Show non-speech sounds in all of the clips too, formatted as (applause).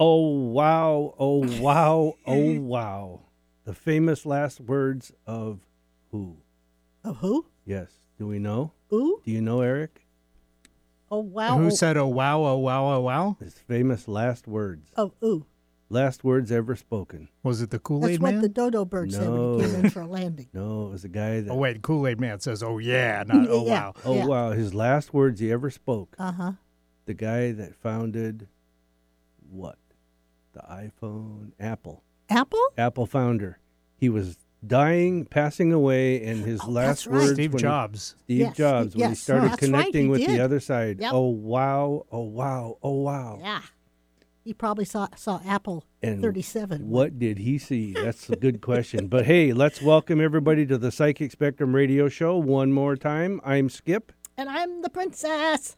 Oh wow, oh wow, (laughs) oh wow. The famous last words of who? Of who? Yes. Do we know? Ooh? Do you know Eric? Oh wow. Who oh, said, oh, wow, oh, wow, oh, wow? His famous last words. oh ooh. Last words ever spoken. Was it the Kool That's Aid what Man? the dodo bird said when he came No. in for (laughs) a landing. No, it was a guy that Oh, wait, Kool Aid Man says, oh, yeah, not, oh, Yeah. wow. Oh wow, his last words he ever spoke. Uh huh. the guy that founded what? The iPhone, Apple. Apple? Apple founder. He was dying, passing away, and his Oh, last that's right. words Steve when he- Jobs. Steve Yes, he- Jobs when he yes, started that's right, he connecting with did. the other side. Yep. Oh wow! Oh wow! Oh wow! Yeah. He probably saw saw Apple And thirty seven. What did he see? That's a good question. But hey, let's welcome everybody to the Psychic Spectrum Radio Show one more time. I'm Skip. And I'm the princess.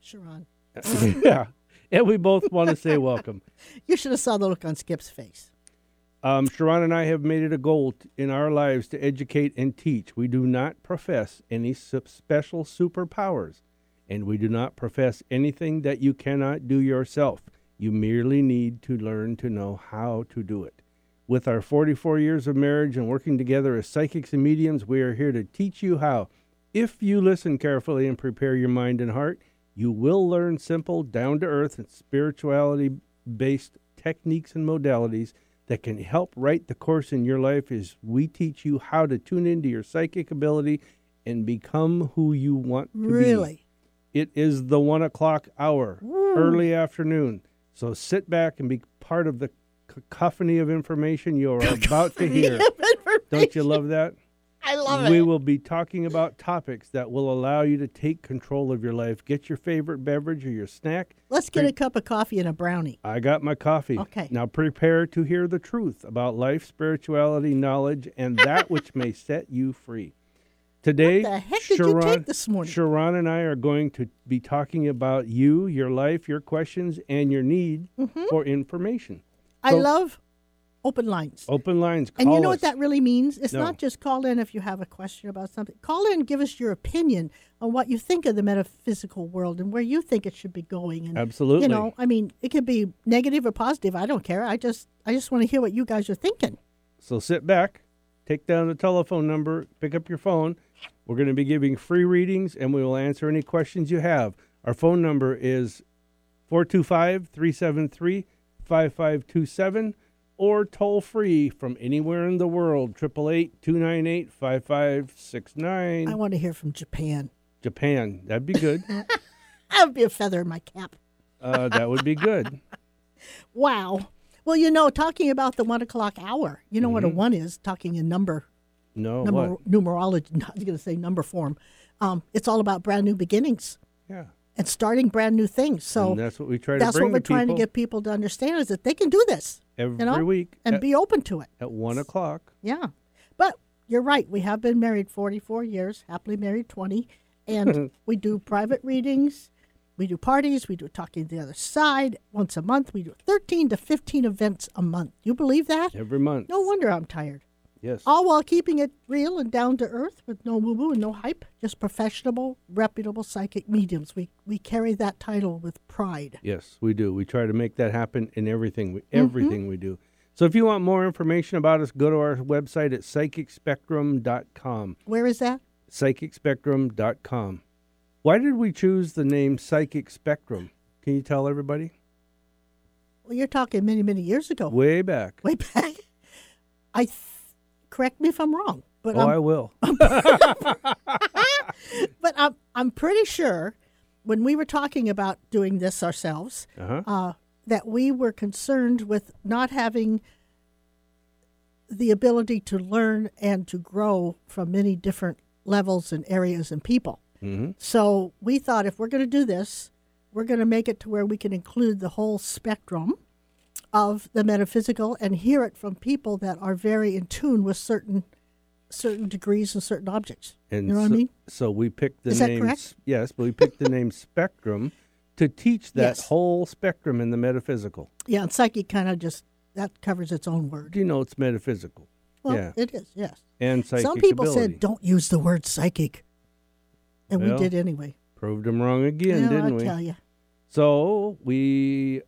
Sharon. Mm-hmm. (laughs) yeah, and we both want to say welcome. You should have saw the look on Skip's face. Um, Sharon and I have made it a goal t- in our lives to educate and teach. We do not profess any sup- special superpowers, and we do not profess anything that you cannot do yourself. You merely need to learn to know how to do it. With our 44 years of marriage and working together as psychics and mediums, we are here to teach you how. If you listen carefully and prepare your mind and heart, you will learn simple, down to earth, and spirituality based techniques and modalities that can help write the course in your life as we teach you how to tune into your psychic ability and become who you want to be. Really? It is the one o'clock hour, early afternoon. So sit back and be part of the cacophony of information you are about to (laughs) hear. Don't you love that? I (laughs) love we it. will be talking about topics that will allow you to take control of your life. Get your favorite beverage or your snack. Let's get a cup of coffee and a brownie. I got my coffee. Okay. Now prepare to hear the truth about life, spirituality, knowledge, and (laughs) that which may set you free. Today, the heck did you Sharon, take this morning? Sharon and I are going to be talking about you, your life, your questions, and your need Mm-hmm. for information. I So- love open lines. Open lines. Call And you know us. what that really means? It's No. not just call in if you have a question about something. Call in, give us your opinion on what you think of the metaphysical world and where you think it should be going. And Absolutely. you know, I mean, it could be negative or positive. I don't care. I just, I just want to hear what you guys are thinking. So sit back, take down the telephone number, pick up your phone. We're going to be giving free readings and we will answer any questions you have. Our phone number is 425 373 5527 or toll free from anywhere in the world 888 298 I 5569. want to hear from Japan. (laughs) Japan. That'd be good. That would be a feather in my cap. uh, that would be good. Wow. Well, you know, talking about the one o'clock hour, you know what a one is. Talking in number, No, number Mm-hmm. what? numerology. (laughs) I was going to say number form. Um, it's all about brand new beginnings Yeah. and starting brand new things. So and that's what we try that's to bring what we're to trying to people get people to understand is that they can do this every you know, week and at, be open to it. at 1 o'clock. Yeah. But you're right. We have been married 44 years, happily married 20, and (laughs) we do private readings. We do parties. We do talking to the other side once a month. We do 13 to 15 events a month. You believe that? Every month. No wonder I'm tired. Yes. All while keeping it real and down to earth with no woo woo and no hype, just professional, reputable psychic mediums. We, we carry that title with pride. Yes, we do. We try to make that happen in everything, Mm-hmm. we, everything we do. So if you want more information about us, go to our website at psychicspectrum.com. Where is that? Psychicspectrum.com. Why did we choose the name Psychic Spectrum? Can you tell everybody? Well, you're talking many, many years ago. Way back. way back. (laughs) I th- correct me if I'm wrong, but oh, I I'm, will. but I'm I'm pretty sure when we were talking about doing this ourselves, Uh-huh. uh, that we were concerned with not having the ability to learn and to grow from many different levels and areas and people. Mhm. So we thought if we're going to do this, we're going to make it to where we can include the whole spectrum of the metaphysical and hear it from people that are very in tune with certain certain degrees and certain objects. And you know so, what I mean? So we picked the Is that name. correct? s- Yes, but we picked the name spectrum to teach that Yes. whole spectrum in the metaphysical. Yeah, and psyche kind of just that covers its own word. Denotes metaphysical Well, Yeah. it is, yes. and psychic Some people ability. said don't use the word psychic, and Well, we did anyway. Proved them wrong again, Yeah, didn't I we? tell you, So we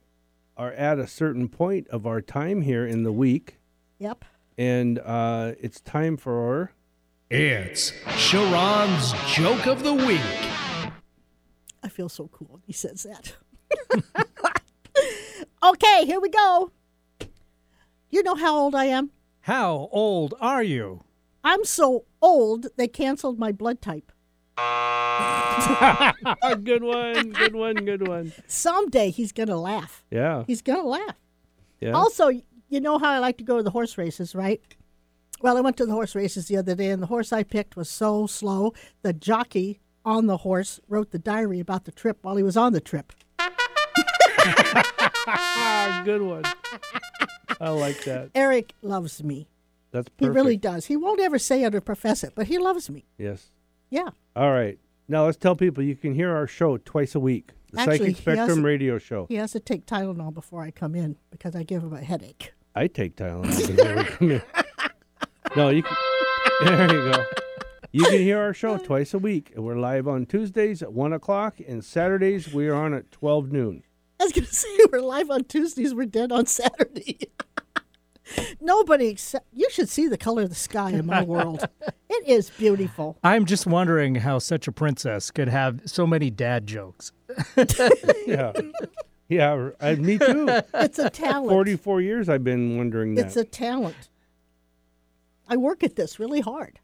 are at a certain point of our time here in the week, yep. and uh, it's time for It's Sharon's Joke of the Week. I feel so cool when he says that. (laughs) okay, here we go. You know how old I am? How old are you? I'm so old they canceled my blood type. (laughs) a good one, good one, good one. Someday he's gonna laugh. Yeah, He's gonna laugh. yeah. Also, you know how I like to go to the horse races, right? Well, I went to the horse races the other day, and the horse I picked was so slow. The jockey on the horse wrote the diary about the trip while he was on the trip. Ah, good one. I like that. Eric loves me. That's perfect. He really does. He won't ever say it or profess it, but he loves me. Yes. Yeah. All right. Now let's tell people you can hear our show twice a week. The Actually, Psychic he has- Spectrum Radio Show. He has to take Tylenol before I come in because I give him a headache. I take Tylenol. because I would come in. no, you. Can, there you go. You can hear our show twice a week. and We're live on Tuesdays at one o'clock, and Saturdays we are on at twelve noon. I was going to (laughs) say we're live on Tuesdays, we're dead on Saturday. (laughs) Nobody except you should see the color of the sky in (laughs) my world. it is beautiful. I'm just wondering how such a princess could have so many dad jokes. Yeah, (laughs) yeah. I, (laughs) me too. It's a talent. Forty-four years I've been wondering that. It's a talent. I work at this really hard.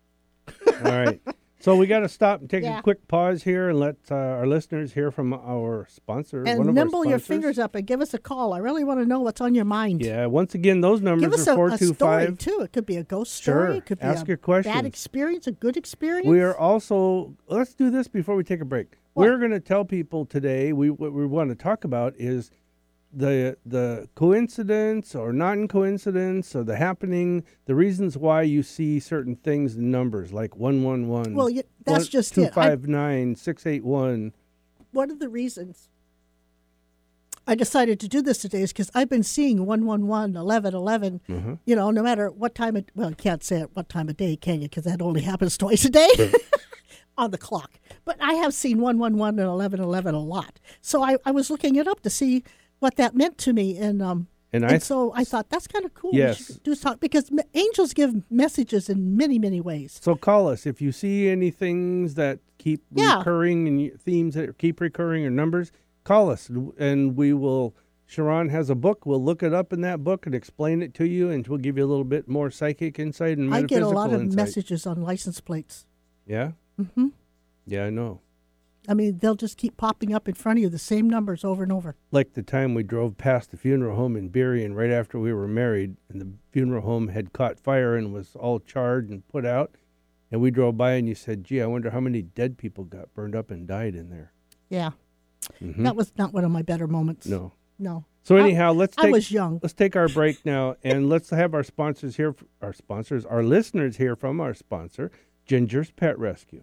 All right. So we got to stop and take Yeah. a quick pause here and let uh, our listeners hear from our sponsor. one And of nimble our your sponsors. fingers up and give us a call. I really want to know what's on your mind. Yeah. Once again, those Give numbers us a, are a four two story five. too. It could be a ghost Sure. story. It could be Ask a your questions. bad experience, a good experience. We are also. Let's do this before we take a break. What? We're going to tell people today. We what we want to talk about is the the coincidence or non coincidence or the happening, the reasons why you see certain things in numbers like one one one. Well, you- that's just it. I- one of the reasons I decided to do this today is because I've been seeing 111, 11, 11, Mm-hmm. you know, no matter what time of, well, you can't say at what time of day, can you? Because that only happens (laughs) twice a day on the clock. But I have seen 111 and 11, 11 a lot. So I, I was looking it up to see what that meant to me. And, um, And I and th- so I thought that's kind of cool. We Yes. should do talk because m- angels give messages in many, many ways. So call us if you see any things that keep Yeah. recurring and you- themes that keep recurring or numbers. Call us and- and we will. Sharon has a book. We'll look it up in that book and explain it to you, and we'll give you a little bit more psychic insight and I get a metaphysical lot of insight. messages on license plates. Yeah. Mm-hmm. Yeah, I know. I mean, they'll just keep popping up in front of you, the same numbers over and over. Like the time we drove past the funeral home in Berrien right after we were married, and the funeral home had caught fire and was all charred and put out. And we drove by, and you said, "Gee, I wonder how many dead people got burned up and died in there." Mm-hmm. Yeah. That was not one of my better moments. Hmm. No. No. So I- anyhow, let's I take, was young. Let's take our break now, (laughs) and let's have our sponsors here, our sponsors, our listeners here from our sponsor, Ginger's Pet Rescue,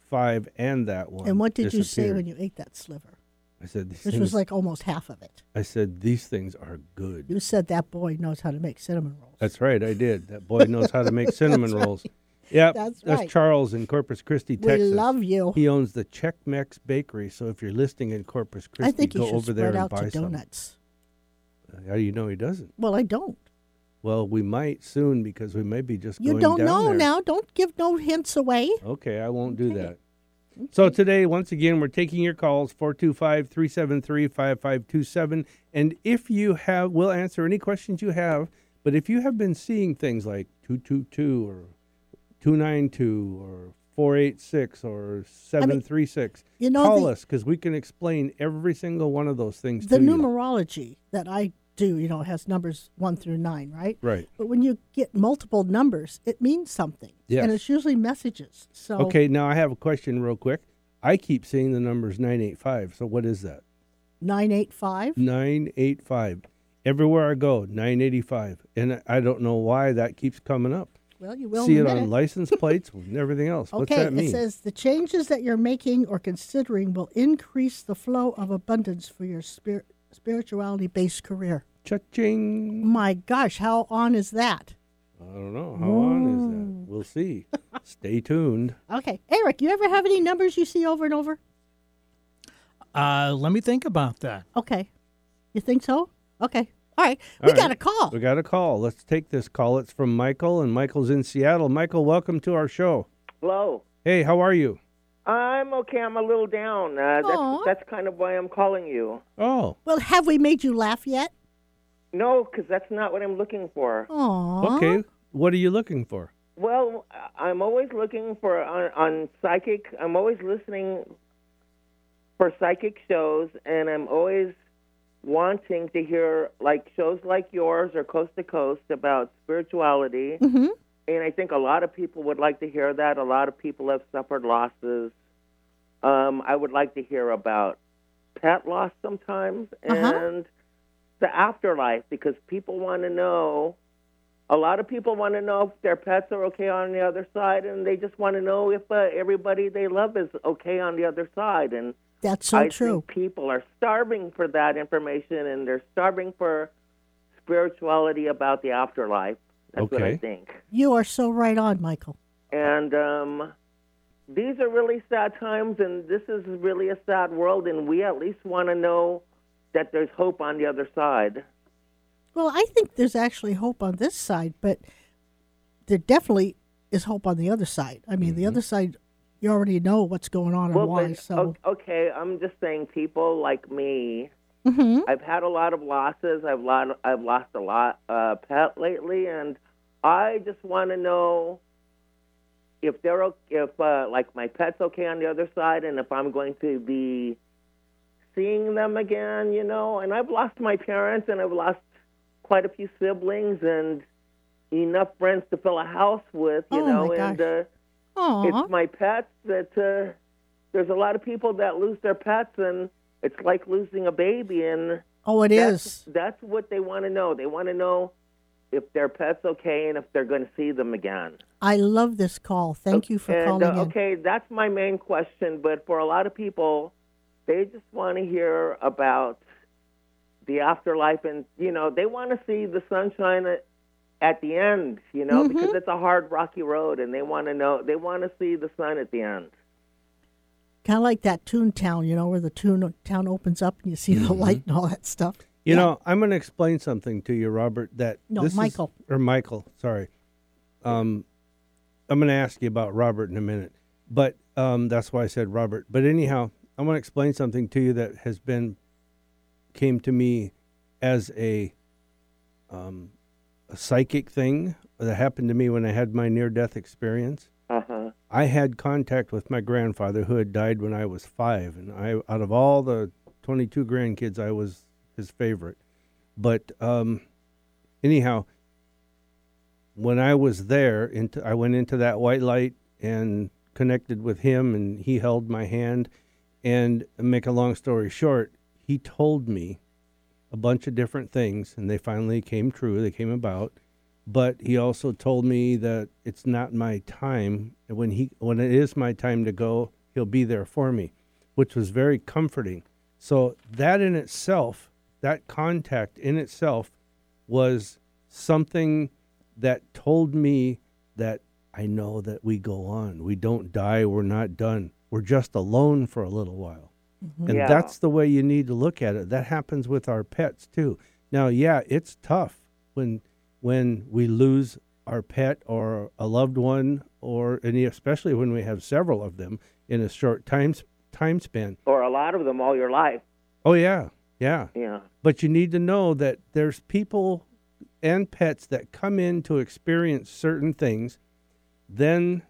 five and that one. and what did you say disappeared. when you ate that sliver? I said these Which things, was like almost half of it. I said these things are good. You said that boy knows how to make cinnamon rolls. That's right, I did. That boy knows how to (laughs) make cinnamon rolls. Yep, That's that's, right. Charles in Corpus Christi, We Texas. love you. He owns the Check Mex Bakery, so if you're listening in Corpus Christi, I think you go should over spread there and out buy to donuts. some. How do you know he doesn't? Well, I don't. Well, we might soon because we may be just You going don't down know there. now. Don't give no hints away. Okay, I won't do that. So today, once again, we're taking your calls 425 373 5527. And if you have, we'll answer any questions you have. But if you have been seeing things like 222 or 292 or 486 or 736, you know, call the- us because we can explain every single one of those things the to you. numerology that I do, you know, has numbers one through nine, right? Right. But when you get multiple numbers, it means something. Yes. And it's usually messages. So Okay, now I have a question real quick. I keep seeing the numbers 985. So what is that? 985. 985. Everywhere I go, 985. And I don't know why that keeps coming up. Well, you will See it in a on minute. license plates and everything else. What's okay, that mean? it says the changes that you're making or considering will increase the flow of abundance for your spirit, spirituality based career. Cha-ching. My gosh, how on is that? I don't know. How on is that? We'll see. Stay tuned. Okay, Eric, you ever have any numbers you see over and over? Uh, let me think about that. Okay, you think so? Okay, all right, All we right. got a call. We got a call. Let's take this call. It's from Michael, and Michael's in Seattle. Michael, welcome to our show. Hello. Hey, how are you? I'm okay. I'm a little down. Uh, Aw. that's, that's kind of why I'm calling you. Oh, Well, have we made you laugh yet? No, because that's not what I'm looking for. Oh. Aww. okay. What are you looking for? Well, I- I'm always looking for uh, on, on psychic. I'm always listening for psychic shows, and I'm always wanting to hear like shows like yours or Coast to Coast about spirituality. Mhm. And I think a lot of people would like to hear that. A lot of people have suffered losses. Um, I would like to hear about pet loss sometimes Uh-huh. and the afterlife because people want to know. A lot of people want to know if their pets are okay on the other side, and they just want to know if uh, everybody they love is okay on the other side. And That's so I true. think people are starving for that information, and they're starving for spirituality about the afterlife. That's what Okay. I think. You are so right on, Michael. And um, these are really sad times, and this is really a sad world, and we at least want to know that there's hope on the other side. Well, I think there's actually hope on this side, but there definitely is hope on the other side. I mean, Mm-hmm. the other side, you already know what's going on and why. but- So, o- okay, I'm just saying, people like me, Mhm. (laughs) I've had a lot of losses. I've lot, I've lost a lot uh, pet lately, and I just want to know if they're o- if uh, like my pet's okay on the other side, and if I'm going to be seeing them again. You know, and I've lost my parents, and I've lost quite a few siblings, and enough friends to fill a house with. You Oh, know, my and. gosh. Uh, Aw. it's my pets that uh, there's a lot of people that lose their pets and it's like losing a baby and oh, it that's, is. that's what they want to know they want to know if their pet's okay and if they're going to see them again I love this call. Thank you for and calling uh, in. okay that's my main question but for a lot of people they just want to hear about the afterlife, and you know they want to see the sunshine at, at the end. You know Mm-hmm. because it's a hard, rocky road, and they want to know they want to see the sun at the end. Kind of like that Toontown, you know, where the Toontown opens up and you see the light and all that stuff. Mm-hmm. You know, I'm going to explain something to you, Robert. That No, this is- Michael. or Michael, sorry. Um, I'm going to ask you about Robert in a minute, but um, that's why I said Robert. But anyhow, I want to explain something to you that has been came to me as a um, a psychic thing that happened to me when I had my near death experience. Uh huh. I had contact with my grandfather who had died when I was five, and I out of all the twenty-two grandkids, I was his favorite. But um, anyhow, when I was there, into I went into that white light and connected with him, and he held my hand. And make a long story short, he told me a bunch of different things, and they finally came true. They came about but he also told me that it's not my time and when he when it is my time to go he'll be there for me which was very comforting so that in itself that contact in itself was something that told me that i know that we go on we don't die we're not done we're just alone for a little while and Yeah. that's the way you need to look at it. That happens with our pets too. Now, yeah, it's tough when when we lose our pet or a loved one, or and especially when we have several of them in a short time s- time span. Or a lot of them all your life. Oh yeah, yeah. Yeah. But you need to know that there's people and pets that come in to experience certain things, then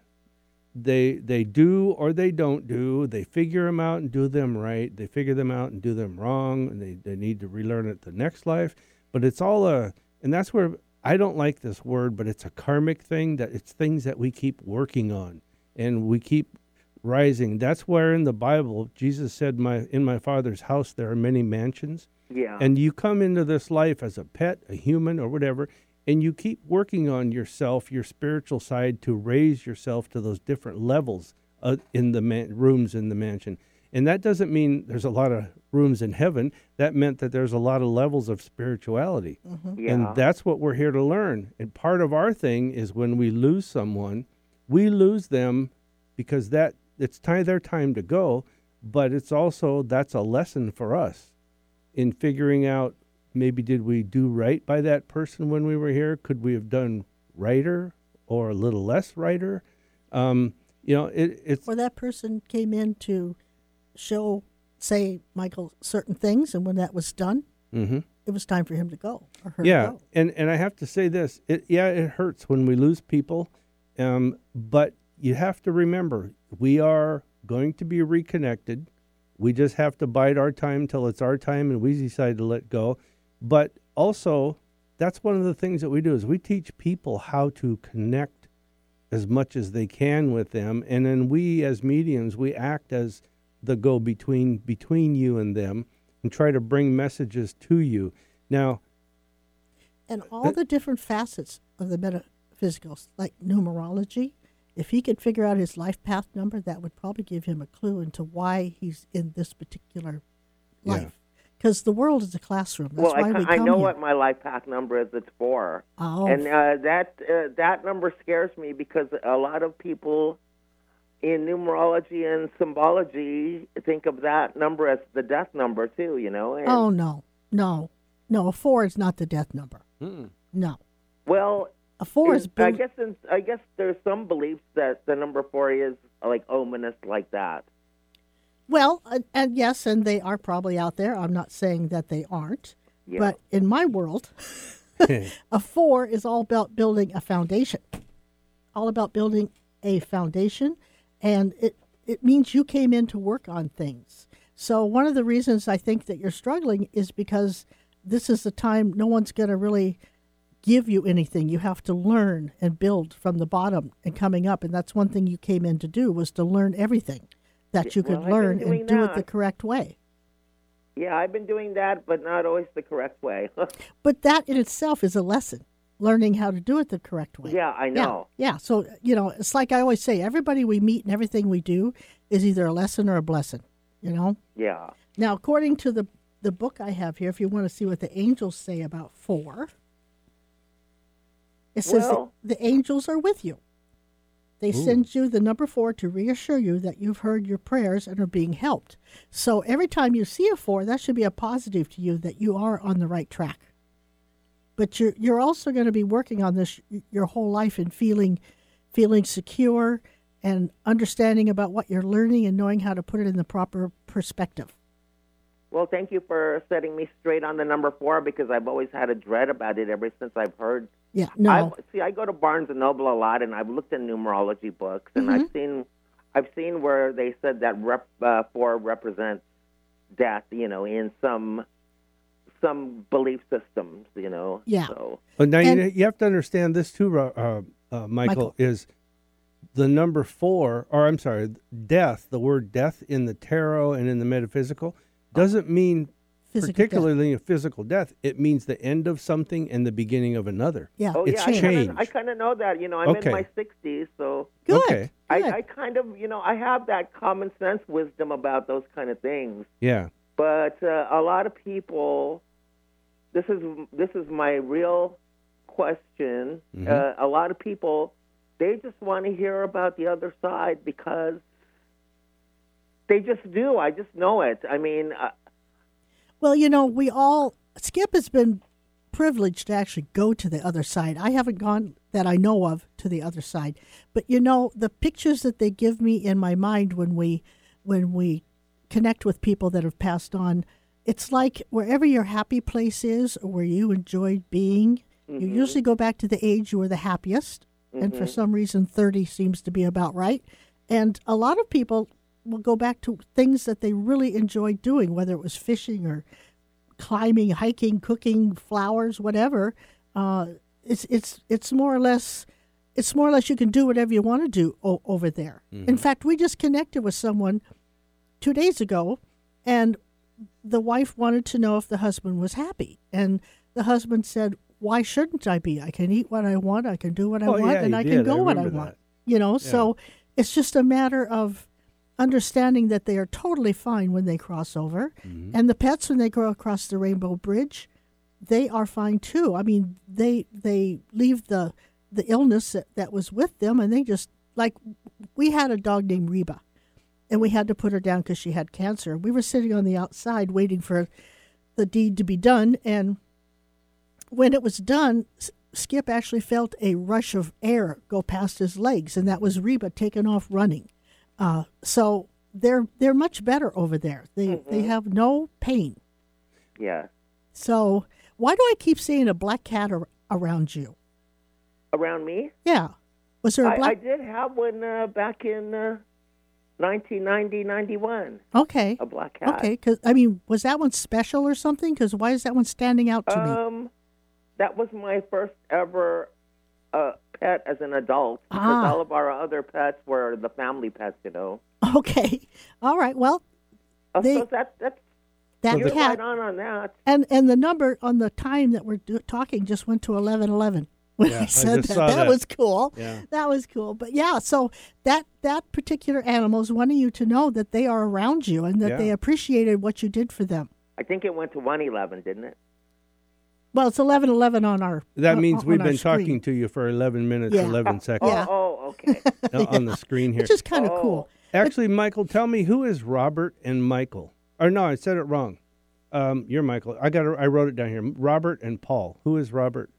they they do or they don't do. They figure them out and do them right. They figure them out and do them wrong. And they, they need to relearn it the next life. But it's all a and that's where I don't like this word, but it's a karmic thing that it's things that we keep working on and we keep rising. That's where in the Bible Jesus said, My in my father's house there are many mansions. Yeah. And you come into this life as a pet, a human, or whatever, and you keep working on yourself, your spiritual side, to raise yourself to those different levels uh, in the man- rooms in the mansion. And that doesn't mean there's a lot of rooms in heaven. That meant that there's a lot of levels of spirituality. yeah. And that's what we're here to learn. And part of our thing is when we lose someone, we lose them because that it's time their time to go, but it's also that's a lesson for us in figuring out maybe did we do right by that person when we were here? Could we have done righter or a little less righter? Um, you know, it, it's Where that person came in to show, say, Michael certain things, and when that was done, Mhm. it was time for him to go or her yeah to go. and and i have to say this it yeah it hurts when we lose people um but you have to remember we are going to be reconnected we just have to bide our time till it's our time and we decide to let go but also that's one of the things that we do is we teach people how to connect as much as they can with them and then we as mediums we act as the go between between you and them and try to bring messages to you now (laughs) and all the different facets of the metaphysicals, like numerology. If he could figure out his life path number, that would probably give him a clue into why he's in this particular Yeah. life. Because the world is a classroom. That's well, why I, ca- we I come know here. what my life path number is. It's four. Oh, And uh, that uh, that number scares me because a lot of people in numerology and symbology think of that number as the death number too. You know. And, oh no, no, no! A four is not the death number. No, Well, a four in- is. bel- I guess in, I guess there's some beliefs that the number four is like ominous, like that. Well, and, and yes, and they are probably out there. I'm not saying that they aren't, Yeah. but in my world, a four is all about building a foundation, all about building a foundation, and it it means you came in to work on things. So one of the reasons I think that you're struggling is because this is the time no one's going to really give you anything. You have to learn and build from the bottom and coming up, and that's one thing you came in to do was to learn everything that you well, could I've been learn doing and do it the that. correct way. Yeah, I've been doing that, but not always the correct way. (laughs) But that in itself is a lesson, learning how to do it the correct way. yeah, I know. Yeah. yeah. So, you know, it's like I always say everybody we meet and everything we do is either a lesson or a blessing, you know? Yeah. Now, according to the the book I have here, if you want to see what the angels say about four, it says Well- that the angels are with you. They send you the number four to reassure you that you've heard your prayers and are being helped. So every time you see a four, that should be a positive to you that you are on the right track. But you're you're also going to be working on this y- your whole life and feeling feeling secure and understanding about what you're learning and knowing how to put it in the proper perspective. Well, thank you for setting me straight on the number four because I've always had a dread about it ever since I've heard. Yeah. No. I, see, I go to Barnes and Noble a lot, and I've looked in numerology books, and I've Mm-hmm. seen, I've seen where they said that rep, uh, four represents death. You know, in some, some belief systems. You know. Yeah. So But now you, And- you have to understand this too, Ro- uh, uh, Michael, Michael. is the number four, or I'm sorry, death, the word death in the tarot and in the metaphysical doesn't mean Physical death. particularly a physical death. It means the end of something and the beginning of another. Yeah. Oh It's yeah, changed. I kind of know that. You know, I'm Okay. in my 60s, so Good. Okay. I, good. I kind of, you know, I have that common sense wisdom about those kind of things. Yeah. But uh, a lot of people, this is this is my real question. Uh, a lot of people, they just want to hear about the other side because they just do. I just know it. I mean, uh, Well, you know, we all Skip has been privileged to actually go to the other side. I haven't gone that I know of to the other side. But you know, the pictures that they give me in my mind when we when we connect with people that have passed on, it's like wherever your happy place is or where you enjoyed being, you usually go back to the age you were the happiest. And for some reason 30 seems to be about right. And a lot of people will go back to things that they really enjoyed doing, whether it was fishing or climbing, hiking, cooking, flowers, whatever. Uh, it's it's it's more or less it's more or less you can do whatever you want to do o- over there. Mm-hmm. In fact, we just connected with someone two days ago, and the wife wanted to know if the husband was happy, and the husband said, "Why shouldn't I be? I can eat what I want, I can do what I Oh, want, yeah, and he I did. can go I what I remember want." that. You know, so it's just a matter of understanding that they are totally fine when they cross over. And the pets, when they go across the Rainbow Bridge, they are fine too. I mean, they they leave the the illness that, that was with them, and they just like we had a dog named Reba, and we had to put her down because she had cancer. We were sitting on the outside waiting for the deed to be done, and when it was done, S- Skip actually felt a rush of air go past his legs, and that was Reba taking off running. Uh, so they're they're much better over there. They Mm-hmm. they have no pain. yeah. So why do I keep seeing a black cat ar- around you? Around me, Yeah, was there a I, I black? did have one uh, back in uh, 1990, 91. okay, A black cat. okay. Because I mean, was that one special or something? Because why is that one standing out to me? Um, that was my first ever uh, pet as an adult. Because Ah. all of our other pets were the family pets, you know. (laughs) Okay, all right. Well, Uh, They- so that that's that you're cat right on on that. and and the number on the time that we're do- talking just went to eleven eleven. When Yeah, I I said just that, saw that, that. was cool. Yeah. That was cool. But yeah, so that that particular animal is wanting you to know that they are around you and that Yeah. they appreciated what you did for them. I think it went to 111, didn't it? Well, it's eleven eleven on our. That on- means on we've our been screen, talking to you for 11 minutes, Yeah. 11 Oh, seconds Yeah. oh, (laughs) okay. uh, on the screen here. which is kind of Oh. cool. Actually, Michael, tell me who is Robert and Michael? Or no, I said it wrong. Um, you're Michael. I got. I wrote it down here. Robert and Paul. Who is Robert?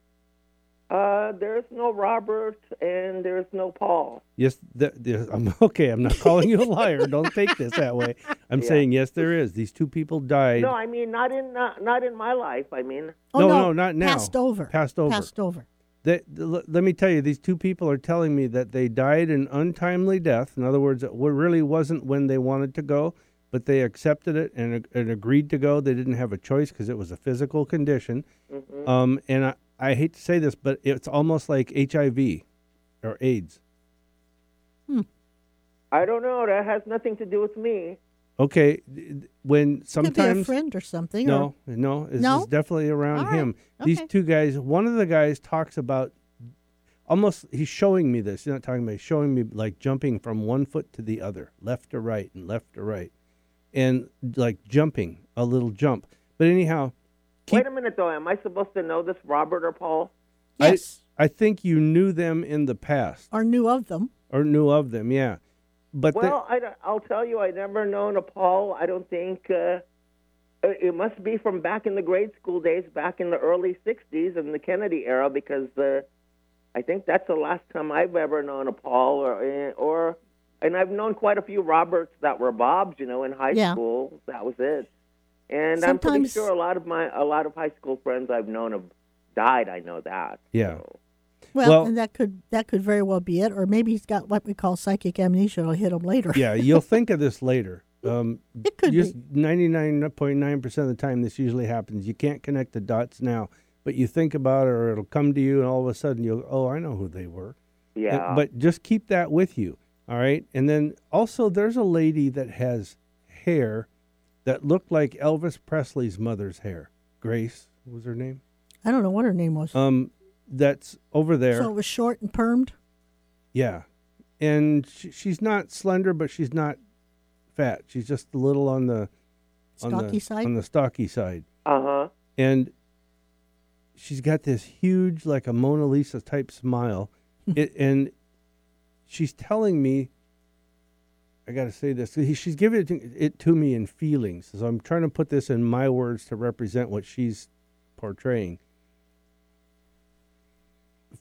uh, there's no Robert and there's no Paul. Yes, th- th- (laughs) I'm okay. I'm not calling you a liar. Don't take this that way. I'm saying yes, there is. These two people died. No, I mean not in not, not in my life. I mean, Oh, No, no, no, not now. Passed over. Passed over. Passed over. That- l- let me tell you, these two people are telling me that they died an untimely death. In other words, it wa- really wasn't when they wanted to go, but they accepted it and, ag- and agreed to go. They didn't have a choice because it was a physical condition. Mm-hmm. Um, and I, I hate to say this, but it's almost like HIV or AIDS. I don't know. That has nothing to do with me. Okay, d- d- when Could be a sometimes friend or something. or- No, no, this is No? definitely around All right, him. These okay. two guys, one of the guys talks about almost he's showing me this. He's not talking about he's showing me like jumping from one foot to the other, left to right and left to right. And like jumping, a little jump. But anyhow, Wait a minute, though. Am I supposed to know this, Robert or Paul? Yes, I think you knew them in the past or knew of them. or knew of them. Yeah, but the- Well, I don't- I'll tell you, I never known a Paul. I don't think uh, it it must be from back in the grade school days, back in the early '60s in the Kennedy era, because uh, I think that's the last time I've ever known a Paul, or eh, or, and I've known quite a few Roberts that were Bobs, you know, in high Yeah. school. That was it. And I'm pretty Sometimes- sure a lot of my a lot of high school friends I've known have died. I know that. Yeah. So, Well, Well- and that could that could very well be it, or maybe he's got what we call psychic amnesia. It'll hit him later. yeah, you'll think of this later. Um, It could just be. ninety-nine point nine percent of the time, this usually happens. You can't connect the dots now, but you think about it, or it'll come to you, and all of a sudden you'll, oh, I know who they were. Uh, yeah. But just keep that with you, all right? And then also, there's a lady that has hair that looked like Elvis Presley's mother's hair. Grace what was her name. I don't know what her name was. Um, that's over there. so it was short and permed. Yeah, and she, she's not slender, but she's not fat. She's just a little on the on Stocky the, side? on the stocky side, uh huh. and she's got this huge, like a Mona Lisa type smile, it, and she's telling me. I got to say this. he- She's giving it to, it to me in feelings. So I'm trying to put this in my words to represent what she's portraying.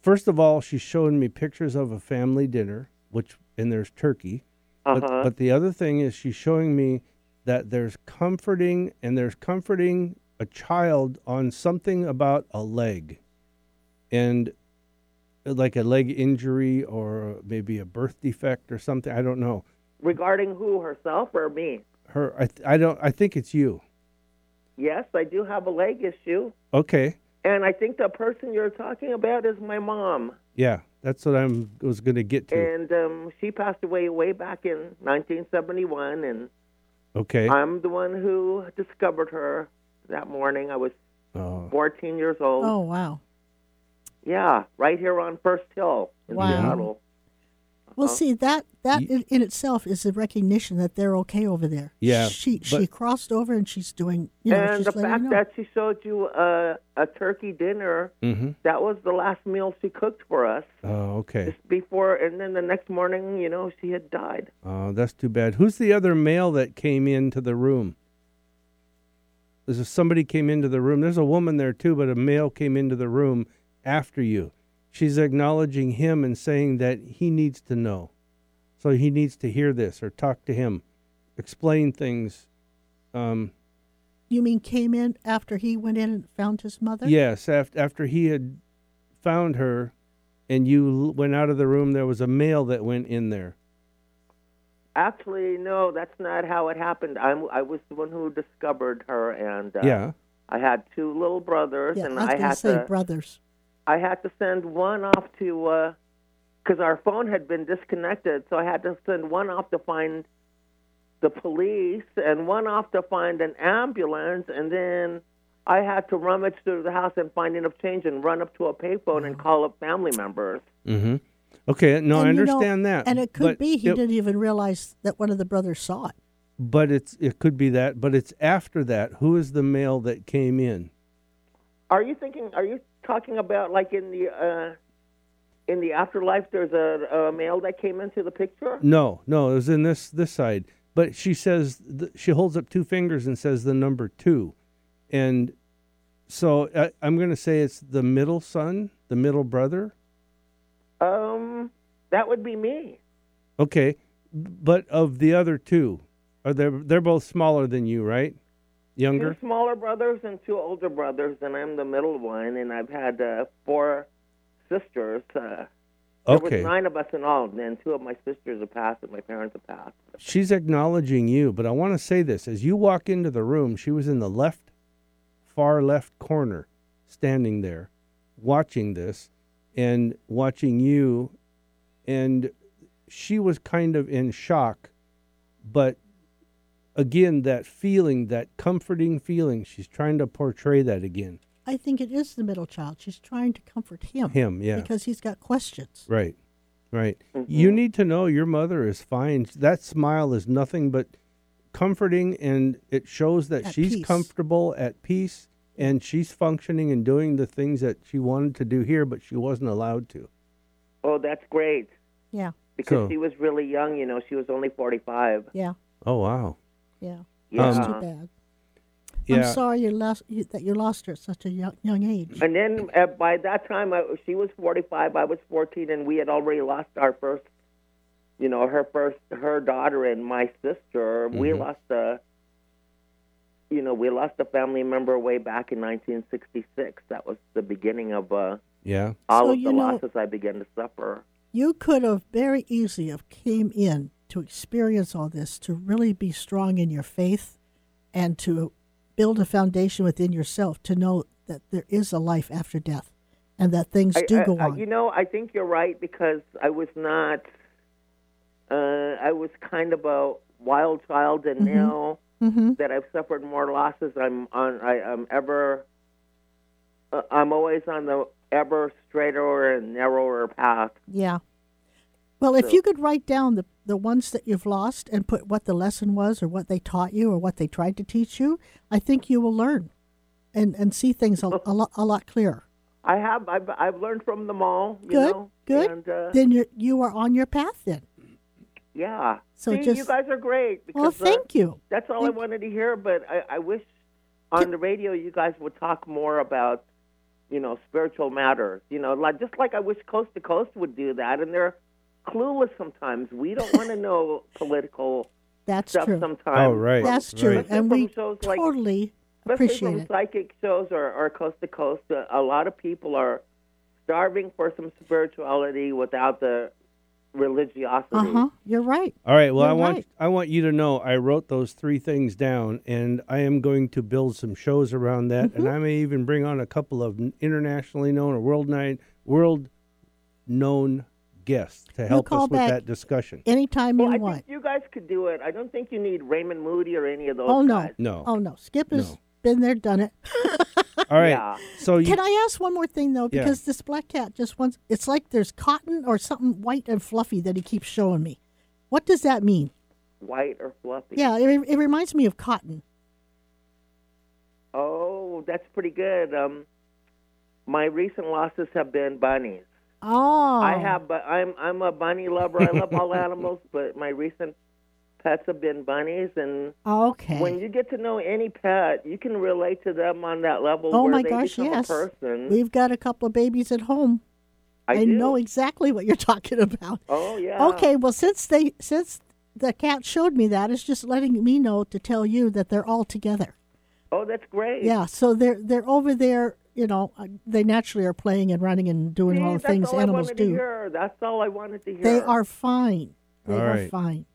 First of all, she's showing me pictures of a family dinner, which, and there's turkey. Uh But, huh. but the other thing is, she's showing me that there's comforting, and there's comforting a child on something about a leg, and uh, like a leg injury or maybe a birth defect or something. I don't know. Regarding who, herself or me? Her, I, th- I don't. I think it's you. Yes, I do have a leg issue. Okay. And I think the person you're talking about is my mom. Yeah, that's what I'm was going to get to. And um, she passed away way back in 1971. And Okay. I'm the one who discovered her that morning. I was Oh, 14 years old. Oh wow. Yeah, right here on First Hill in Wow. Seattle. Uh-huh. Well, see that that Uh, Ye- in, in itself is a recognition that they're okay over there. Yeah, She she but- crossed over and she's doing. You know, and she's the letting you fact know. that she showed you a, a turkey dinner, hmm that was the last meal she cooked for us. oh okay. Just before, and then the next morning, you know, she had died. Oh, that's too bad. Who's the other male that came into the room? There's a, somebody came into the room. There's a woman there too, but a male came into the room after you. She's acknowledging him and saying that he needs to know. So he needs to hear this or talk to him, explain things. Um, you mean came in after he went in and found his mother. yes, af- after he had found her and you l- went out of the room, there was a male that went in there. Actually, no, that's not how it happened. I'm, I was the one who discovered her, and uh, Yeah. I had two little brothers, Yeah, I and was I, going to had say to brothers. I had to send one off to because our phone had been disconnected, so I had to send one off to find the police and one off to find an ambulance, and then I had to rummage through the house and find enough change and run up to a payphone Mm-hmm. and call up family members. Mm-hmm. Okay. No, I And, you know, understand that. And it could but be he it- didn't even realize that one of the brothers saw it. But it's it could be that. But it's after that. Who is the male that came in? Are you thinking? Are you talking about like in the uh, in the afterlife? There's a, a male that came into the picture. No, no, it was in this this side. But she says th- she holds up two fingers and says the number two, and so I, I'm going to say it's the middle son, the middle brother. Um, that would be me. Okay, but of the other two, are they they're both smaller than you, right? Younger. Two smaller brothers and two older brothers, and I'm the middle one. And I've had uh, four sisters. Uh, there Okay. was nine of us in all, and then two of my sisters have passed, and my parents have passed. She's acknowledging you, but I want to say this. As you walk into the room, she was in the left, far left corner, standing there, watching this and watching you. And she was kind of in shock, but again, that feeling, that comforting feeling, she's trying to portray that again. I think it is the middle child. She's trying to comfort him. Him, yeah. Because he's got questions. Right, Mm-hmm. right. You need to know your mother is fine. That smile is nothing but comforting and it shows that At she's peace. comfortable at peace and she's functioning and doing the things that she wanted to do here but she wasn't allowed to Oh, that's great Yeah. because So- she was really young. You know, she was only forty-five. Yeah. oh wow Yeah. Um, Yeah. That's too bad. yeah I'm sorry you lost you, that you lost her at such a young, young age. And then uh, by that time, I, she was 45, I was 14, and we had already lost our first, you know, her first, her daughter and my sister. We Mm-hmm. lost a, you know, we lost a family member way back in 1966. That was the beginning of uh, yeah all So of you the know- losses I began to suffer. You could have very easily have came in to experience all this, to really be strong in your faith, and to build a foundation within yourself to know that there is a life after death, and that things I- do I- go I- on. You know, I think you're right because I was not. Uh, I was kind of a wild child, and Mm-hmm. now that I've suffered more losses, I'm on. I, I'm ever. Uh, I'm always on the ever straighter and narrower path. yeah. Well, if So- you could write down the, the ones that you've lost and put what the lesson was, or what they taught you, or what they tried to teach you, I think you will learn, and and see things (laughs) a, a lot a lot clearer. I have. I've. I've learned from them all. You Good, know? good. And, uh, then you you are on your path. Then, yeah. So See, you just- guys are great. Because, well, uh, thank you. That's all Thank- I wanted to hear, but I, I wish on the radio you guys would talk more about, you know, spiritual matters. You know, like just like I wish Coast to Coast would do that, and they're clueless sometimes. We don't want (laughs) to know political That's stuff true. sometimes. oh right That's true, right. and we From shows like- totally Especially appreciate from it. psychic shows or, or Coast to Coast, uh, a, a lot of people are starving for some spirituality without the religiosity. Uh huh. You're right. All right. Well, I You're want right. I want you to know I wrote those three things down, and I am going to build some shows around that, and Mm-hmm. I may even bring on a couple of n- internationally known or world night world known guests to help call us with back. that discussion. (laughs) Anytime Well, you I want. think you guys could do it. I don't think you need Raymond Moody or any of those Oh no. guys. No. Oh no. Skip has No. been there, done (laughs) it. All right. Yeah. So you, Can I ask one more thing though? Yeah. Because this black cat just wants. It's like there's cotton or something white and fluffy that he keeps showing me. What does that mean? White or fluffy? Yeah, it, it reminds me of cotton. Oh, that's pretty good. Um, my recent losses have been bunnies. Oh, I have, but I'm I'm a bunny lover. I love (laughs) all animals, but my recent pets have been bunnies. And Oh, Okay. when you get to know any pet, you can relate to them on that level oh where my they gosh, become yes. a person. We've got a couple of babies at home. I, do. know exactly what you're (laughs) talking about. Oh yeah. Okay, well since they since the cat showed me that, it's just letting me know to tell you that they're all together. Oh, that's great. Yeah, so they're they're over there. You know, uh, they naturally are playing and running and doing See, all the that's things all I animals wanted To do. hear. That's all I wanted to hear. They are fine. They All are right. fine.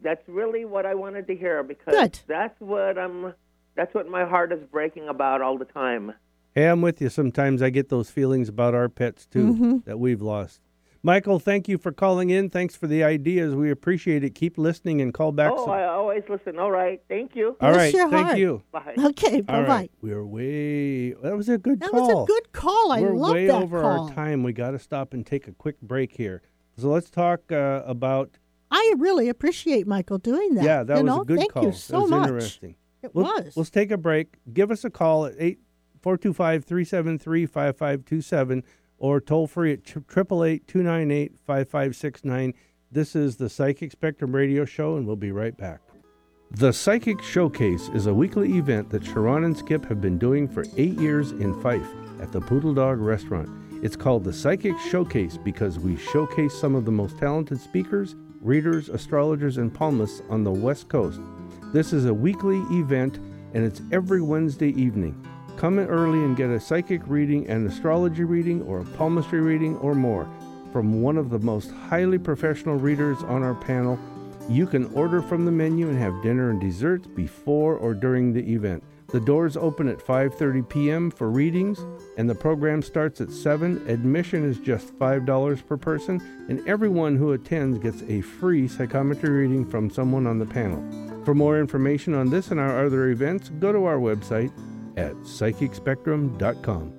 That's really what I wanted to hear because Good. that's what I'm. That's what my heart is breaking about all the time. hey, I'm with you. Sometimes I get those feelings about our pets too Mm-hmm. that we've lost. Michael, thank you for calling in. Thanks for the ideas. We appreciate it. Keep listening and call back. Oh, some- I always listen. All right, thank you. All Bless right. your thank heart. you. Bye. (laughs) Okay, bye All bye. right. We're way. That was a good That call. was a good call. I We're love way that over call. our time. We got to stop and take a quick break here. So let's talk uh, about. I really appreciate Michael doing that. yeah, that you was know? a good Thank call. you so that was much. interesting. It We'll- was. Let's take a break. Give us a call at 8 425 373 5527 or toll free at 888 298 5569. This is the Psychic Spectrum Radio Show, and we'll be right back. The Psychic Showcase is a weekly event that Sharon and Skip have been doing for eight years in Fife at the Poodle Dog Restaurant. It's called the Psychic Showcase because we showcase some of the most talented speakers, readers, astrologers, and palmists on the West Coast. This is a weekly event and it's every Wednesday evening. Come in early and get a psychic reading, an astrology reading, or a palmistry reading, or more from one of the most highly professional readers on our panel. You can order from the menu and have dinner and desserts before or during the event. The doors open at 5:30 p.m. for readings and the program starts at 7. Admission is just $5 per person and everyone who attends gets a free psychometry reading from someone on the panel. For more information on this and our other events, go to our website at psychicspectrum.com.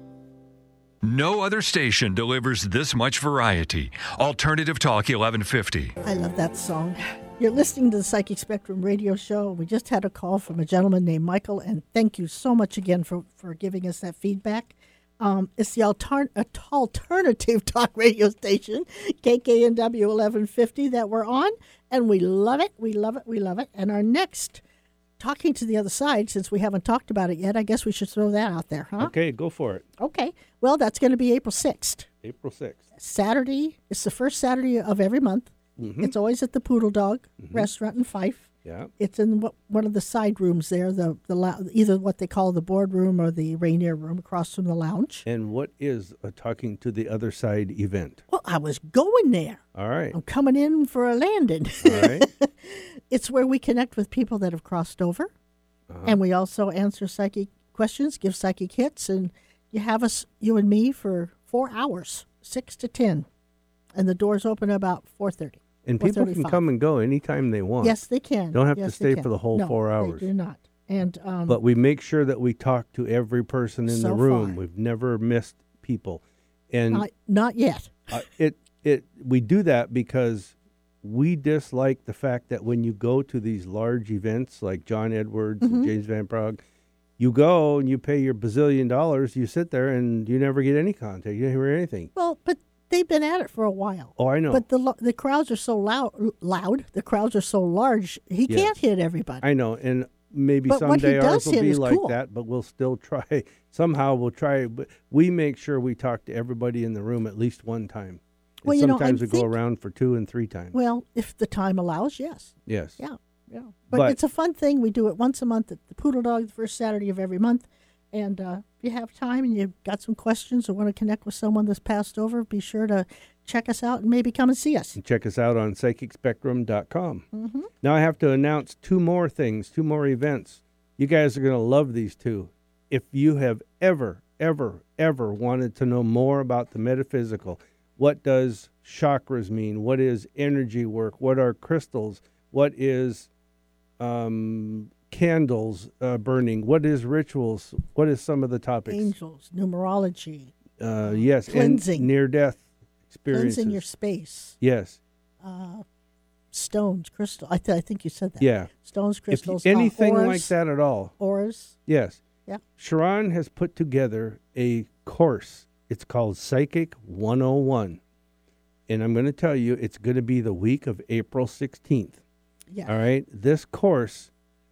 No other station delivers this much variety. Alternative Talk 1150. I love that song. You're listening to the Psychic Spectrum radio show. We just had a call from a gentleman named Michael, and thank you so much again for, for giving us that feedback. Um, it's the altern- uh, alternative talk radio station, KKNW 1150, that we're on, and we love it. We love it. We love it. And our next talking to the other side, since we haven't talked about it yet, I guess we should throw that out there, huh? Okay, go for it. Okay. Well, that's going to be April 6th. April 6th. Saturday. It's the first Saturday of every month. Mm-hmm. It's always at the Poodle Dog restaurant in Fife. Yeah. It's in wh- one of the side rooms there, the the lou- either what they call the boardroom or the Rainier room across from the lounge. And what is a talking to the other side event? Well, I was going there. All right. I'm coming in for a landing. All right. (laughs) it's where we connect with people that have crossed over, Uh-huh. and we also answer psychic questions, give psychic hits, and you have us, you and me, for four hours, six to ten, and the doors open about four thirty. And people can come and go anytime they want. Yes, they can. Don't have to Yes, they stay can. for the whole No, four hours. They do not. And um, But we make sure that we talk to every person in the So room. far. We've never missed people. And not, not yet. uh, it it we do that because we dislike the fact that when you go to these large events like John Edwards Mm-hmm. and James Van Prague, you go and you pay your bazillion dollars, you sit there and you never get any contact. You don't hear anything. Well, but they've been at it for a while. Oh, I know. But the lo- the crowds are so loud, loud. The crowds are so large. He Yes. can't hit everybody. I know, and maybe But what he someday ours does will hit be is like cool. that, but we'll still (laughs) try. Somehow we'll try. But we make sure we talk to everybody in the room at least one time. And Well, you know, I sometimes we go think- around for two and three times. well, if the time allows, yes. yes. Yeah, yeah. But, But- it's a fun thing. We do it once a month at the Poodle Dog, the first Saturday of every month. And uh, if you have time and you've got some questions or want to connect with someone that's passed over, be sure to check us out and maybe come and see us. And check us out on psychicspectrum.com. Mm-hmm. Now I have to announce two more things, two more events. You guys are going to love these two. If you have ever, ever, ever wanted to know more about the metaphysical, what does chakras mean? What is energy work? What are crystals? What is um, candles uh, burning? What is rituals? What is some of the topics? Angels, numerology, Uh, yes, Cleansing. near death experiences. cleansing your space, yes, uh, stones, crystal. I, th- I think you said that. yeah. Stones, If crystals, uh, anything like ores, that at all, Ores. Yes. Yeah. Sharon has put together a course. It's called Psychic 101. And I'm going to tell you, it's going to be the week of April 16th. Yeah. All right. This course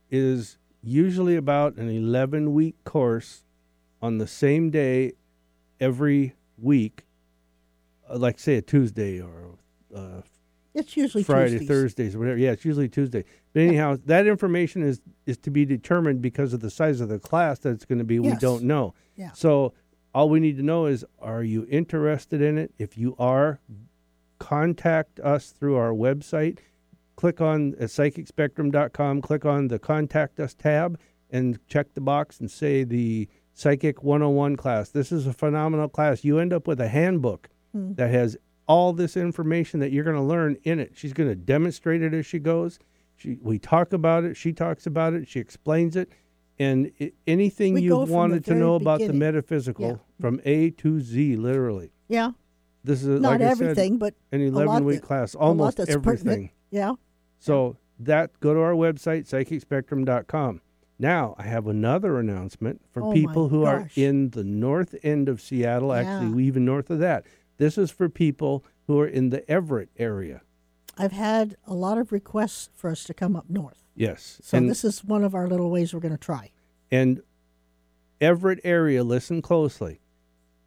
is usually about an 11 week course on the same day every week, uh, like, say, a Tuesday or uh, It's usually Friday, Tuesdays. Thursdays, whatever. Yeah, it's usually Tuesday. But anyhow, that information is is to be determined because of the size of the class that it's going to be. We Yes. don't know. Yeah. So all we need to know is, are you interested in it? If you are, contact us through our website. Click on at psychicspectrum.com. Click on the contact us tab and check the box and say the psychic 101 class. This is a phenomenal class. You end up with a handbook Hmm. that has all this information that you're going to learn in it. She's going to demonstrate it as she goes. She, we talk about it. She talks about it. She explains it. And i anything We go you've from the wanted to very know about the beginning. metaphysical Yeah. from A to Z, literally. Yeah. This is Not like everything, but I said, an a lot 11 week that- class, a lot almost that's everything. pertinent. Yeah. So that go to our website psychicspectrum.com. Now I have another announcement for Oh, my people who are gosh. in the north end of Seattle, actually even north of that. This is for people who are in the Everett area. I've had a lot of requests for us to come up north. Yes. So and, this is one of our little ways we're going to try. and Everett area, listen closely.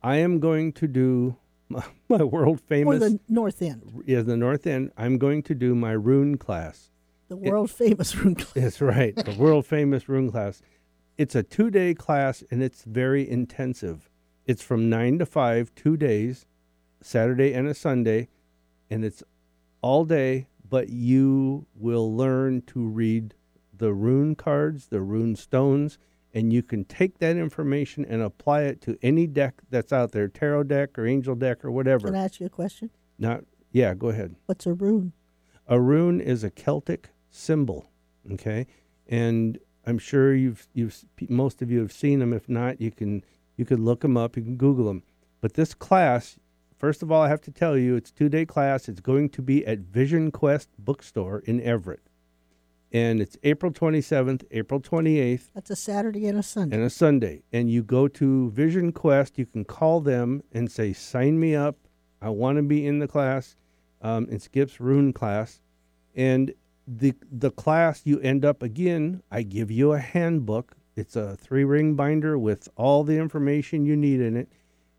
I am going to do (laughs) my, my world Or famous the north end, yeah, the north end. I'm going to do my rune class. the world famous (laughs) room. cl- That's right. The world famous room class. It's a two day class and it's very intensive. It's from nine to five, two days, Saturday and a Sunday, and it's all day, but you will learn to read the rune cards, the rune stones, and you can take that information and apply it to any deck that's out there, tarot deck or angel deck or Can whatever. I ask you a question? Not yeah, go ahead. What's a rune? A rune is a Celtic symbol, okay? And I'm sure you've you've most of you have seen them. If not, you can you can look them up. You can Google them. But this class First of all, I have to tell you, it's two day class. It's going to be at Vision Quest Bookstore in Everett. And it's April 27th, April 28th, That's a Saturday and a Sunday. and a Sunday. And you go to Vision Quest, you can call them and say, Sign me up. I want to be in the class. Um, it's Skip's Rune class. And the, the class you end up again, I give you a handbook. It's a three ring binder with all the information you need in it.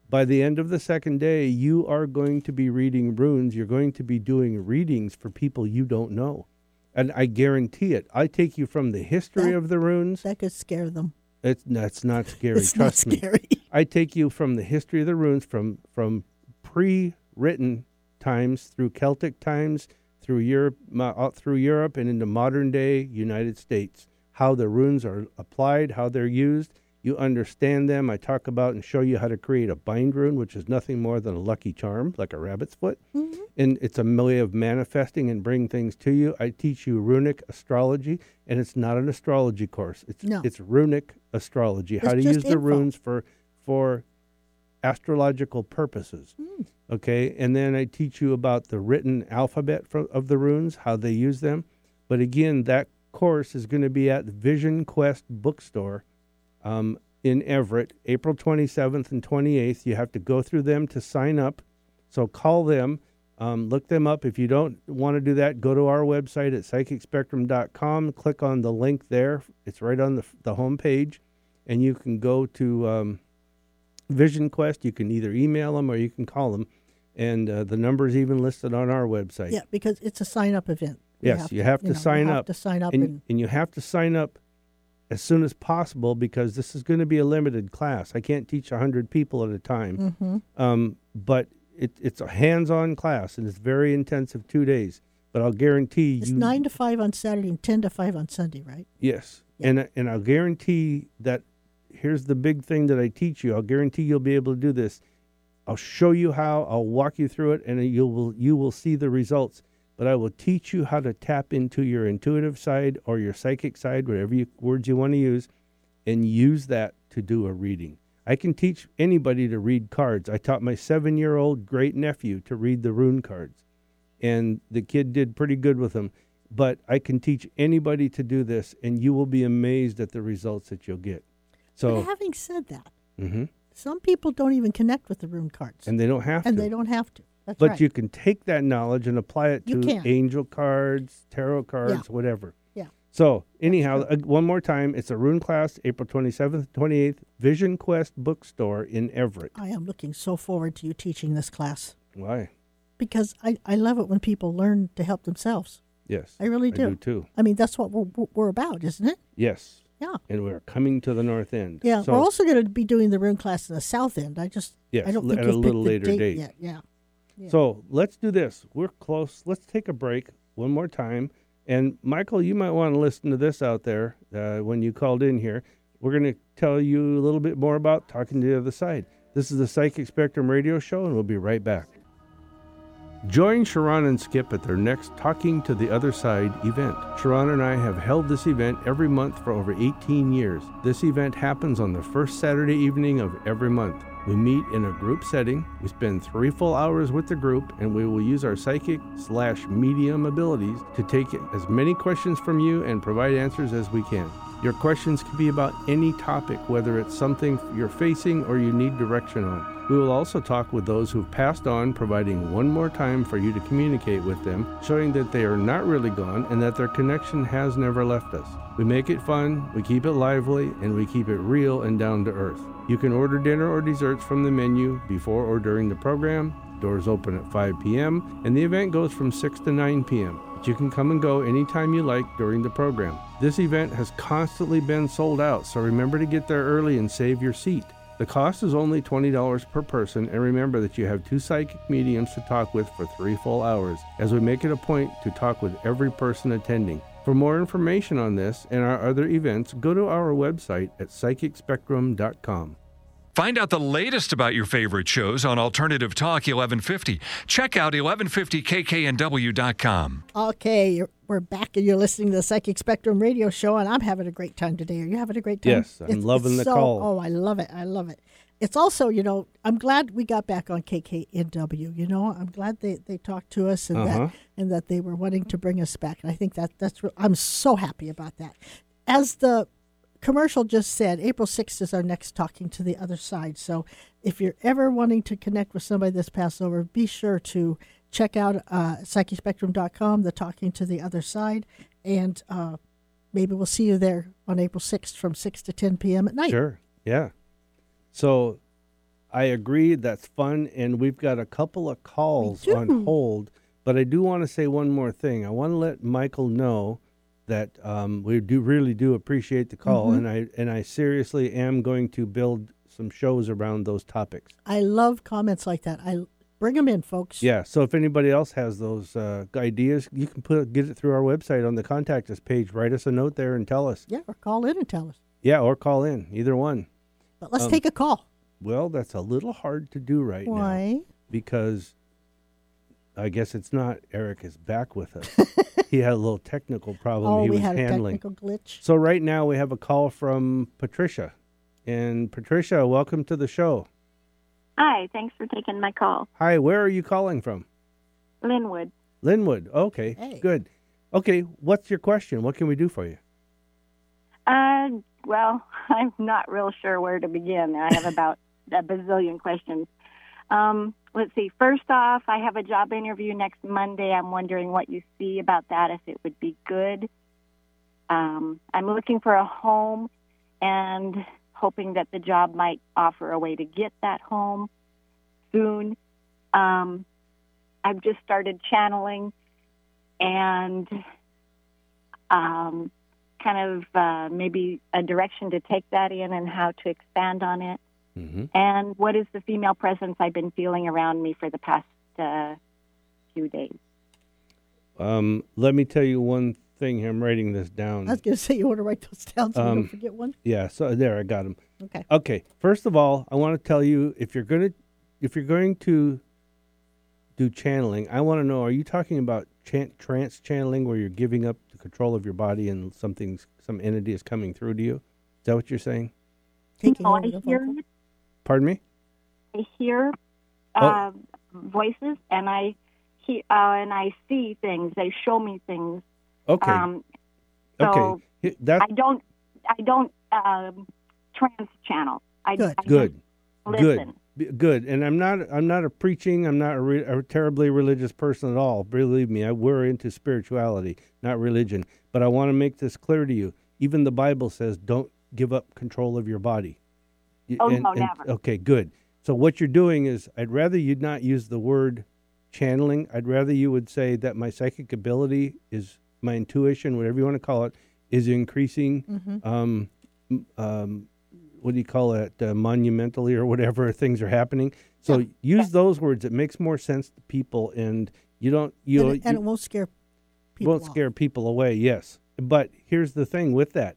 By the end of the second day, you are going to be reading runes. You're going to be doing readings for people you don't know. And I guarantee it. I take you from the history That- of the runes that could scare them. it's that's not scary. it's not trust me. scary. I take you from the history of the runes, from from pre-written times through Celtic times, through Europe, mo- out through Europe, and into modern day United States. How the runes are applied, how they're used. You understand them. I talk about and show you how to create a bind rune, which is nothing more than a lucky charm, like a rabbit's foot and it's a way of manifesting and bring things to you. I teach you runic astrology, and it's not an astrology course. It's No. it's runic astrology. how to It's just use the info. runes for for astrological purposes. Mm. Okay, and then I teach you about the written alphabet fro- of the runes, how they use them. But again, that course is going to be at Vision Quest Bookstore um, in Everett, April 27th and 28th. You have to go through them to sign up. So call them, um, look them up. If you don't want to do that, go to our website at psychicspectrum.com. Click on the link there. It's right on the, the home page, and you can go to um, Vision Quest. You can either email them or you can call them, and uh, the number is even listed on our website. yeah, because it's a sign up event. Yes, you have to know, sign have up To sign up and, and, and you have to sign up as soon as possible because this is going to be a limited class. I can't teach 100 people at a time. Mm-hmm. Um, but it, it's a hands on class and it's very intensive two days. But I'll guarantee it's you. nine to five on Saturday and ten to five on Sunday, right? Yes. Yeah. And, I- and I'll guarantee that here's the big thing that I teach you. I'll guarantee you'll be able to do this. I'll show you how, I'll walk you through it, and you will, you will see the results. But I will teach you how to tap into your intuitive side or your psychic side, whatever you, words you want to use, and use that to do a reading. I can teach anybody to read cards. I taught my seven year old great nephew to read the rune cards and the kid did pretty good with them. But I can teach anybody to do this, and you will be amazed at the results that you'll get. But So, having said that, Mhm. some people don't even connect with the rune cards, and they don't have and to. they don't have to. That's but right. you can take that knowledge and apply it You to can. angel cards, tarot cards, whatever. Yeah. So, anyhow, uh, one more time, it's a rune class, April 27th, 28th, Vision Quest Bookstore in Everett. I am looking so forward to you teaching this class Why? because I, I love it when people learn to help themselves. Yes. I really do. I do too. I mean, that's what we're, we're about, isn't it? Yes. Yeah. And we're coming to the North End. Yeah, So, we're also going to be doing the rune class in the south end. I just Yes, I don't l- think at a you've little later picked the date date. yet. Yeah, Yeah. So let's do this. We're close. Let's take a break one more time. And Michael, you might want to listen to this out there uh, when you called in here. We're going to tell you a little bit more about talking to the other side. This is the Psychic Spectrum Radio Show, and we'll be right back. Join Sharon and Skip at their next Talking to the Other Side event. Sharon and I have held this event every month for over 18 years. This event happens on the first Saturday evening of every month. We meet in a group setting, we spend three full hours with the group, and we will use our psychic slash medium abilities to take as many questions from you and provide answers as we can. Your questions can be about any topic, whether it's something you're facing or you need direction on. We will also talk with those who've passed on, providing one more time for you to communicate with them, showing that they are not really gone and that their connection has never left us. We make it fun, we keep it lively, and we keep it real and down to earth. You can order dinner or desserts from the menu before or during the program. Doors open at 5 p.m., and the event goes from 6 to 9 p.m. But you can come and go anytime you like during the program. This event has constantly been sold out, so remember to get there early and save your seat. The cost is only $20 per person, and remember that you have two psychic mediums to talk with for three full hours, as we make it a point to talk with every person attending. For more information on this and our other events, go to our website at psychicspectrum.com. Find out the latest about your favorite shows on Alternative Talk 1150. Check out 1150kknw.com. Okay, you're, we're back and you're listening to the Psychic Spectrum Radio Show, and I'm having a great time today. Are you having a great time? Yes, I'm loving the so- call. Oh, I love it. I love it. it's also, you know, I'm glad we got back on KKNW. You know, I'm glad they, they talked to us and Uh-huh. that and that they were wanting to bring us back. And I think that that's re- I'm so happy about that. As the commercial just said, April 6th is our next talking to the other side. So if you're ever wanting to connect with somebody this Passover, be sure to check out uh, psychespectrum.com, the talking to the other side, and uh, maybe we'll see you there on April 6th from 6 to 10 p.m. at night. Sure. Yeah. So I agree. That's fun. And we've got a couple of calls on do. hold. But I do want to say one more thing. I want to let Michael know that um, we do really do appreciate the call, and I and I seriously am going to build some shows around those topics. I love comments like that. I bring them in, folks. Yeah. So if anybody else has those uh, ideas, you can put get it through our website on the contact us page. Write us a note there and tell us. Yeah, or call in and tell us. Yeah, or call in. Either one. But let's Um, take a call. Well, that's a little hard to do right now. Why? because I guess it's not Eric is back with us. (laughs) he had a little technical problem oh, he we was had handling. a technical glitch. So right now we have a call from Patricia. And Patricia, welcome to the show. Hi, thanks for taking my call. Hi, where are you calling from? Linwood. Linwood. Okay. Hey. Good. Okay, what's your question? What can we do for you? Uh, well, (laughs) I'm not real sure where to begin. I have about a bazillion questions. Um, let's see. First off, I have a job interview next Monday. I'm wondering what you see about that, if it would be good. Um, I'm looking for a home and hoping that the job might offer a way to get that home soon. Um, I've just started channeling and um, kind of uh, maybe a direction to take that in and how to expand on it. Mm-hmm. And what is the female presence I've been feeling around me for the past uh, few days? Um, let me tell you one thing. here. I'm writing this down. I was going to (laughs) say you want to write those down so we Um, don't forget one. yeah, so there I got him. Okay. Okay. First of all, I want to tell you if you're gonna if you're going to do channeling, I want to know: Are you talking about chan- trance channeling, where you're giving up the control of your body and something's some entity is coming through to you? Is that what you're saying? Taking Oh, over I the hear, vocal. Pardon me. I hear Oh. uh, voices, and I he, uh, and I see things. They show me things. Okay. Um, so okay. Hi- That's I don't, I don't um, trans channel. I, Good. I just good. Listen. Good. B- Good. And I'm not I'm not a preaching. I'm not a, re- a terribly religious person at all. Believe me, I, we're into spirituality, not religion. But I want to make this clear to you. Even the Bible says, don't give up control of your body. Y- Oh, no, never. Okay, good. So what you're doing is, I'd rather you'd not use the word channeling. I'd rather you would say that my psychic ability is my intuition, whatever you want to call it, is increasing. Um, m- um, what do you call it? Uh, monumentally or whatever (laughs) things are happening. So use those words. It makes more sense to people, and you don't you and, it, and you- it won't scare people. won't off. scare people away. Yes, but here's the thing with that.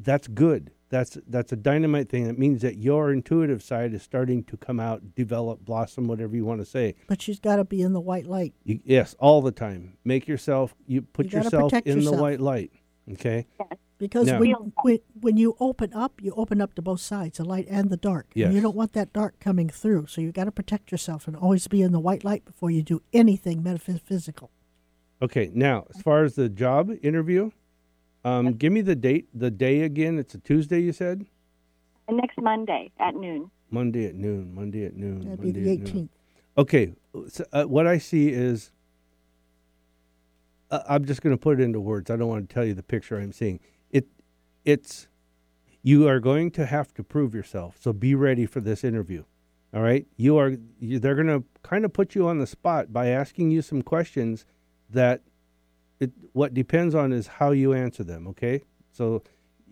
That's good. That's that's a dynamite thing. That means that your intuitive side is starting to come out, develop, blossom, whatever you want to say. But she's got to be in the white light. You, yes, all the time. Make yourself. You put gotta yourself in protect the yourself. white light. Okay. Because No. when, Feel that. when, when you open up, you open up to both sides, the light and the dark. And you Yes. don't want that dark coming through. So you got to protect yourself and always be in the white light before you do anything metaphysical. Okay. Now, as far as the job interview, um, give me the date, the day again. It's a Tuesday. You said Next Monday at noon. Monday at noon. Monday at noon. That'd Monday be the at noon. 18th. Okay. So, uh, what I see is, uh, I'm just going to put it into words. I don't want to tell you the picture I'm seeing. It, it's, you are going to have to prove yourself. So be ready for this interview. All right. You are. You, they're going to kind of put you on the spot by asking you some questions that, it what depends on is how you answer them. Okay. So,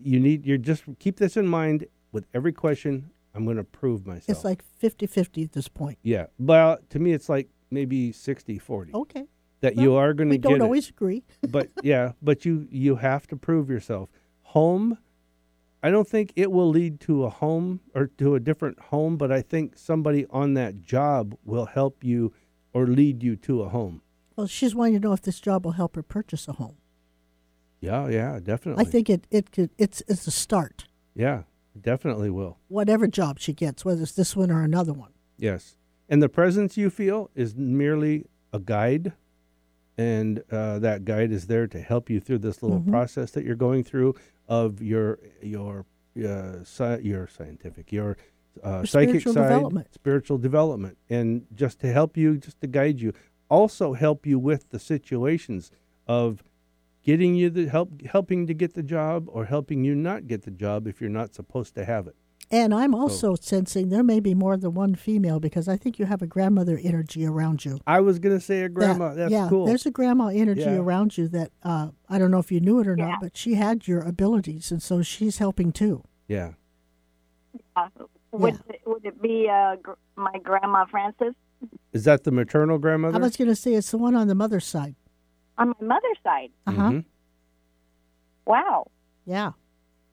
you need. You're just keep this in mind with every question. I'm going to prove myself. It's like 50 50 at this point. Yeah. Well, to me, it's like maybe 60 40 Okay. that you are going to Oh, We get don't it. always agree. (laughs) but yeah, but you you have to prove yourself. Home, I don't think it will lead to a home or to a different home, but I think somebody on that job will help you or lead you to a home. Well, she's wanting to know if this job will help her purchase a home. Yeah, yeah, definitely. I think it, it could it's it's a start. Yeah, Definitely will. whatever job she gets, whether it's this one or another one. Yes. And the presence you feel is merely a guide. And uh, that guide is there to help you through this Mm-hmm. little process that you're going through of your your uh, sci- your scientific your uh, psychic spiritual side, development. spiritual development, and just to help you, just to guide you, also help you with the situations of getting you the help, helping to get the job, or helping you not get the job if you're not supposed to have it. And I'm Oh. also sensing there may be more than one female because I think you have a grandmother energy around you. I was gonna say a grandma. That- That's yeah, cool. There's a grandma energy Yeah. around you that uh, I don't know if you knew it or Yeah. not, but she had your abilities, and so she's helping too. yeah. Uh, would it, would it be uh, gr- my grandma Frances Is that the maternal grandmother? I was going to say it's the one on the mother's side. on my mother's side? Uh huh. Mhm. Wow. Yeah.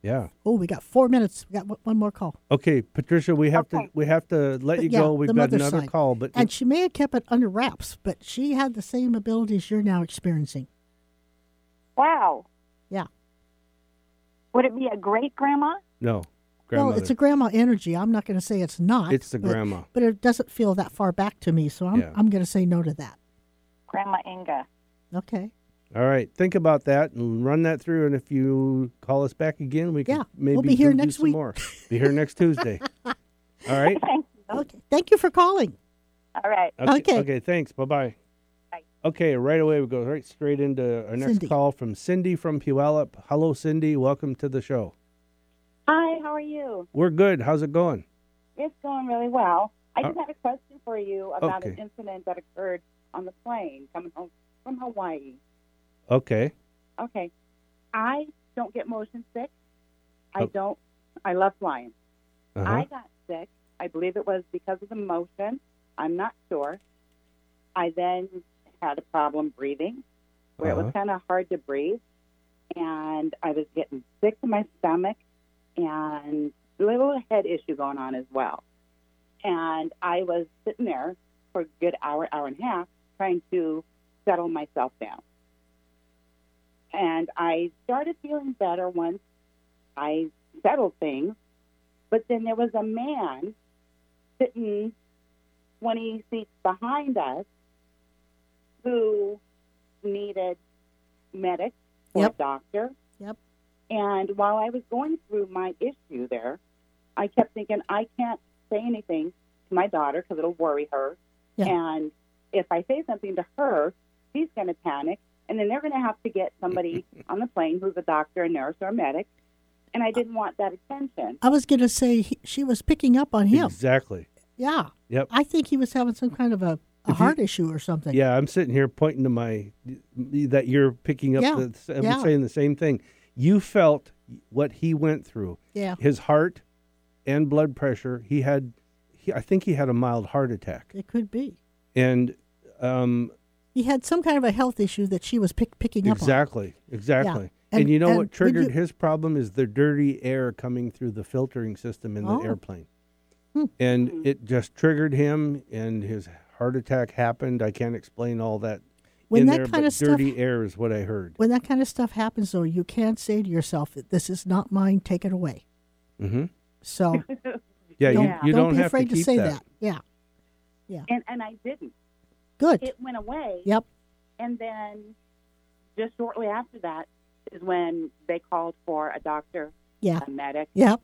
Yeah. Oh, we got four minutes. We got one- one more call. Okay, Patricia, we have Okay. to we have to let But you yeah, go. We've the got mother's another side. call, but And she may have kept it under wraps, but she had the same abilities you're now experiencing. Wow. Yeah. Would it be a great grandma? no, Well, grandmother. it's a grandma energy. I'm not going to say it's not. It's the but- grandma. But it doesn't feel that far back to me, so I'm, Yeah. I'm going to say no to that. Grandma Inga. (laughs) Okay. All right, think about that and run that through. And if you call us back again, we can Yeah, maybe we'll be here do next some week. more. Be here next (laughs) Tuesday. All right. Thank you. Okay. Thank you for calling. All right. Okay. Okay. Thanks. Bye bye. Bye. Okay. Right away, we go right straight into our next Cindy. call from Cindy from Puyallup. Hello, Cindy. Welcome to the show. Hi, how are you? We're good. How's it going? It's going really well. I Uh, just had a question for you about an okay. incident that occurred on the plane coming home from Hawaii. Okay. Okay. I don't get motion sick. I Oh. don't. I love flying. Uh-huh. I got sick. I believe it was because of the motion. I'm not sure. I then had a problem breathing where it Uh-huh. was kind of hard to breathe. And I was getting sick to my stomach and a little head issue going on as well. And I was sitting there for a good hour, hour and a half trying to settle myself down. And I started feeling better once I settled things. But then there was a man sitting 20 seats behind us who needed medic or Yep. doctor. Yep. And while I was going through my issue there, I kept thinking, I can't say anything to my daughter because it'll worry her. Yeah. And if I say something to her, she's going to panic. And then they're going to have to get (laughs) somebody on the plane who's a doctor, a nurse, or a medic. And I didn't want that attention. I was going to say he, she was picking up on him. Exactly. Yeah. Yep. I think he was having some kind of a, a heart issue or something. Yeah, I'm sitting here pointing to my that you're picking up. Yeah, The, I'm yeah. saying the same thing. You felt what he went through. Yeah. His heart and blood pressure. He had, he, I think he had a mild heart attack, It could be. and um, He had some kind of a health issue that she was pick, picking up exactly, exactly. And, And- you know and what when triggered you- his problem is the dirty air coming through the filtering system in Oh. the airplane, Hmm. and it just triggered him, and his heart attack happened. I can't explain all that. When in that there, kind but of stuff- dirty air is what I heard. on. When that kind of stuff happens, though, you can't say to yourself, this is not mine, take it away. hmm So (laughs) Yeah, don't, you, you don't, be have afraid to, keep say that. Yeah. And, and I didn't. Good. It went away. yep. And then just shortly after that is when they called for a doctor, Yeah. a medic, Yep.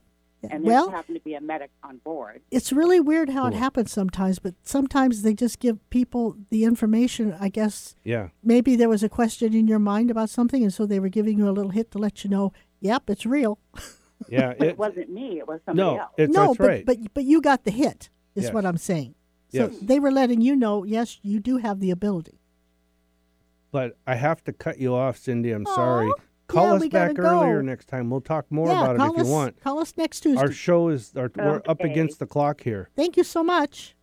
and there well, happened to be a medic on board. it's really weird how it Cool. happens sometimes, but sometimes they just give people the information. I guess (laughs) Yeah, maybe there was a question in your mind about something, and so they were giving you a little hit to let you know, yep, it's real. yeah. But it, it- wasn't me, it was somebody no, else. it's no, that's but, right. but but you got the hit. Is Yes. what I'm saying. So Yes. they were letting you know, yes, you do have the ability. But I have to cut you off, Cindy. I'm sorry. Aw, Call yeah, us we back gotta go. earlier next time. We'll talk more yeah, about it call if us, you want. Call us next Tuesday. Our show is our, we're up Okay. against the clock here. Thank you so much.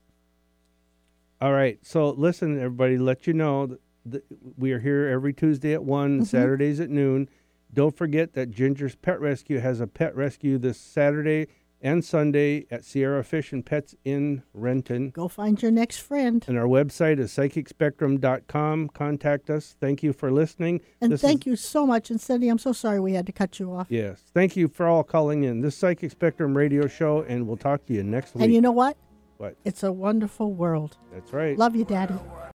All right. So listen, everybody. Let you know that, that we are here every Tuesday at one, Mm-hmm. Saturdays at noon. Don't forget that Ginger's Pet Rescue has a pet rescue this Saturday and Sunday at Sierra Fish and Pets in Renton. Go find your next friend. And our website is psychicspectrum.com. Contact us. Thank you for listening. And This is- thank you so much. And Cindy, I'm so sorry we had to cut you off. Yes. Thank you for all calling in. This Psychic Spectrum radio show, and we'll talk to you next week. and you know what? What? It's a wonderful world. That's right. Love you, Daddy.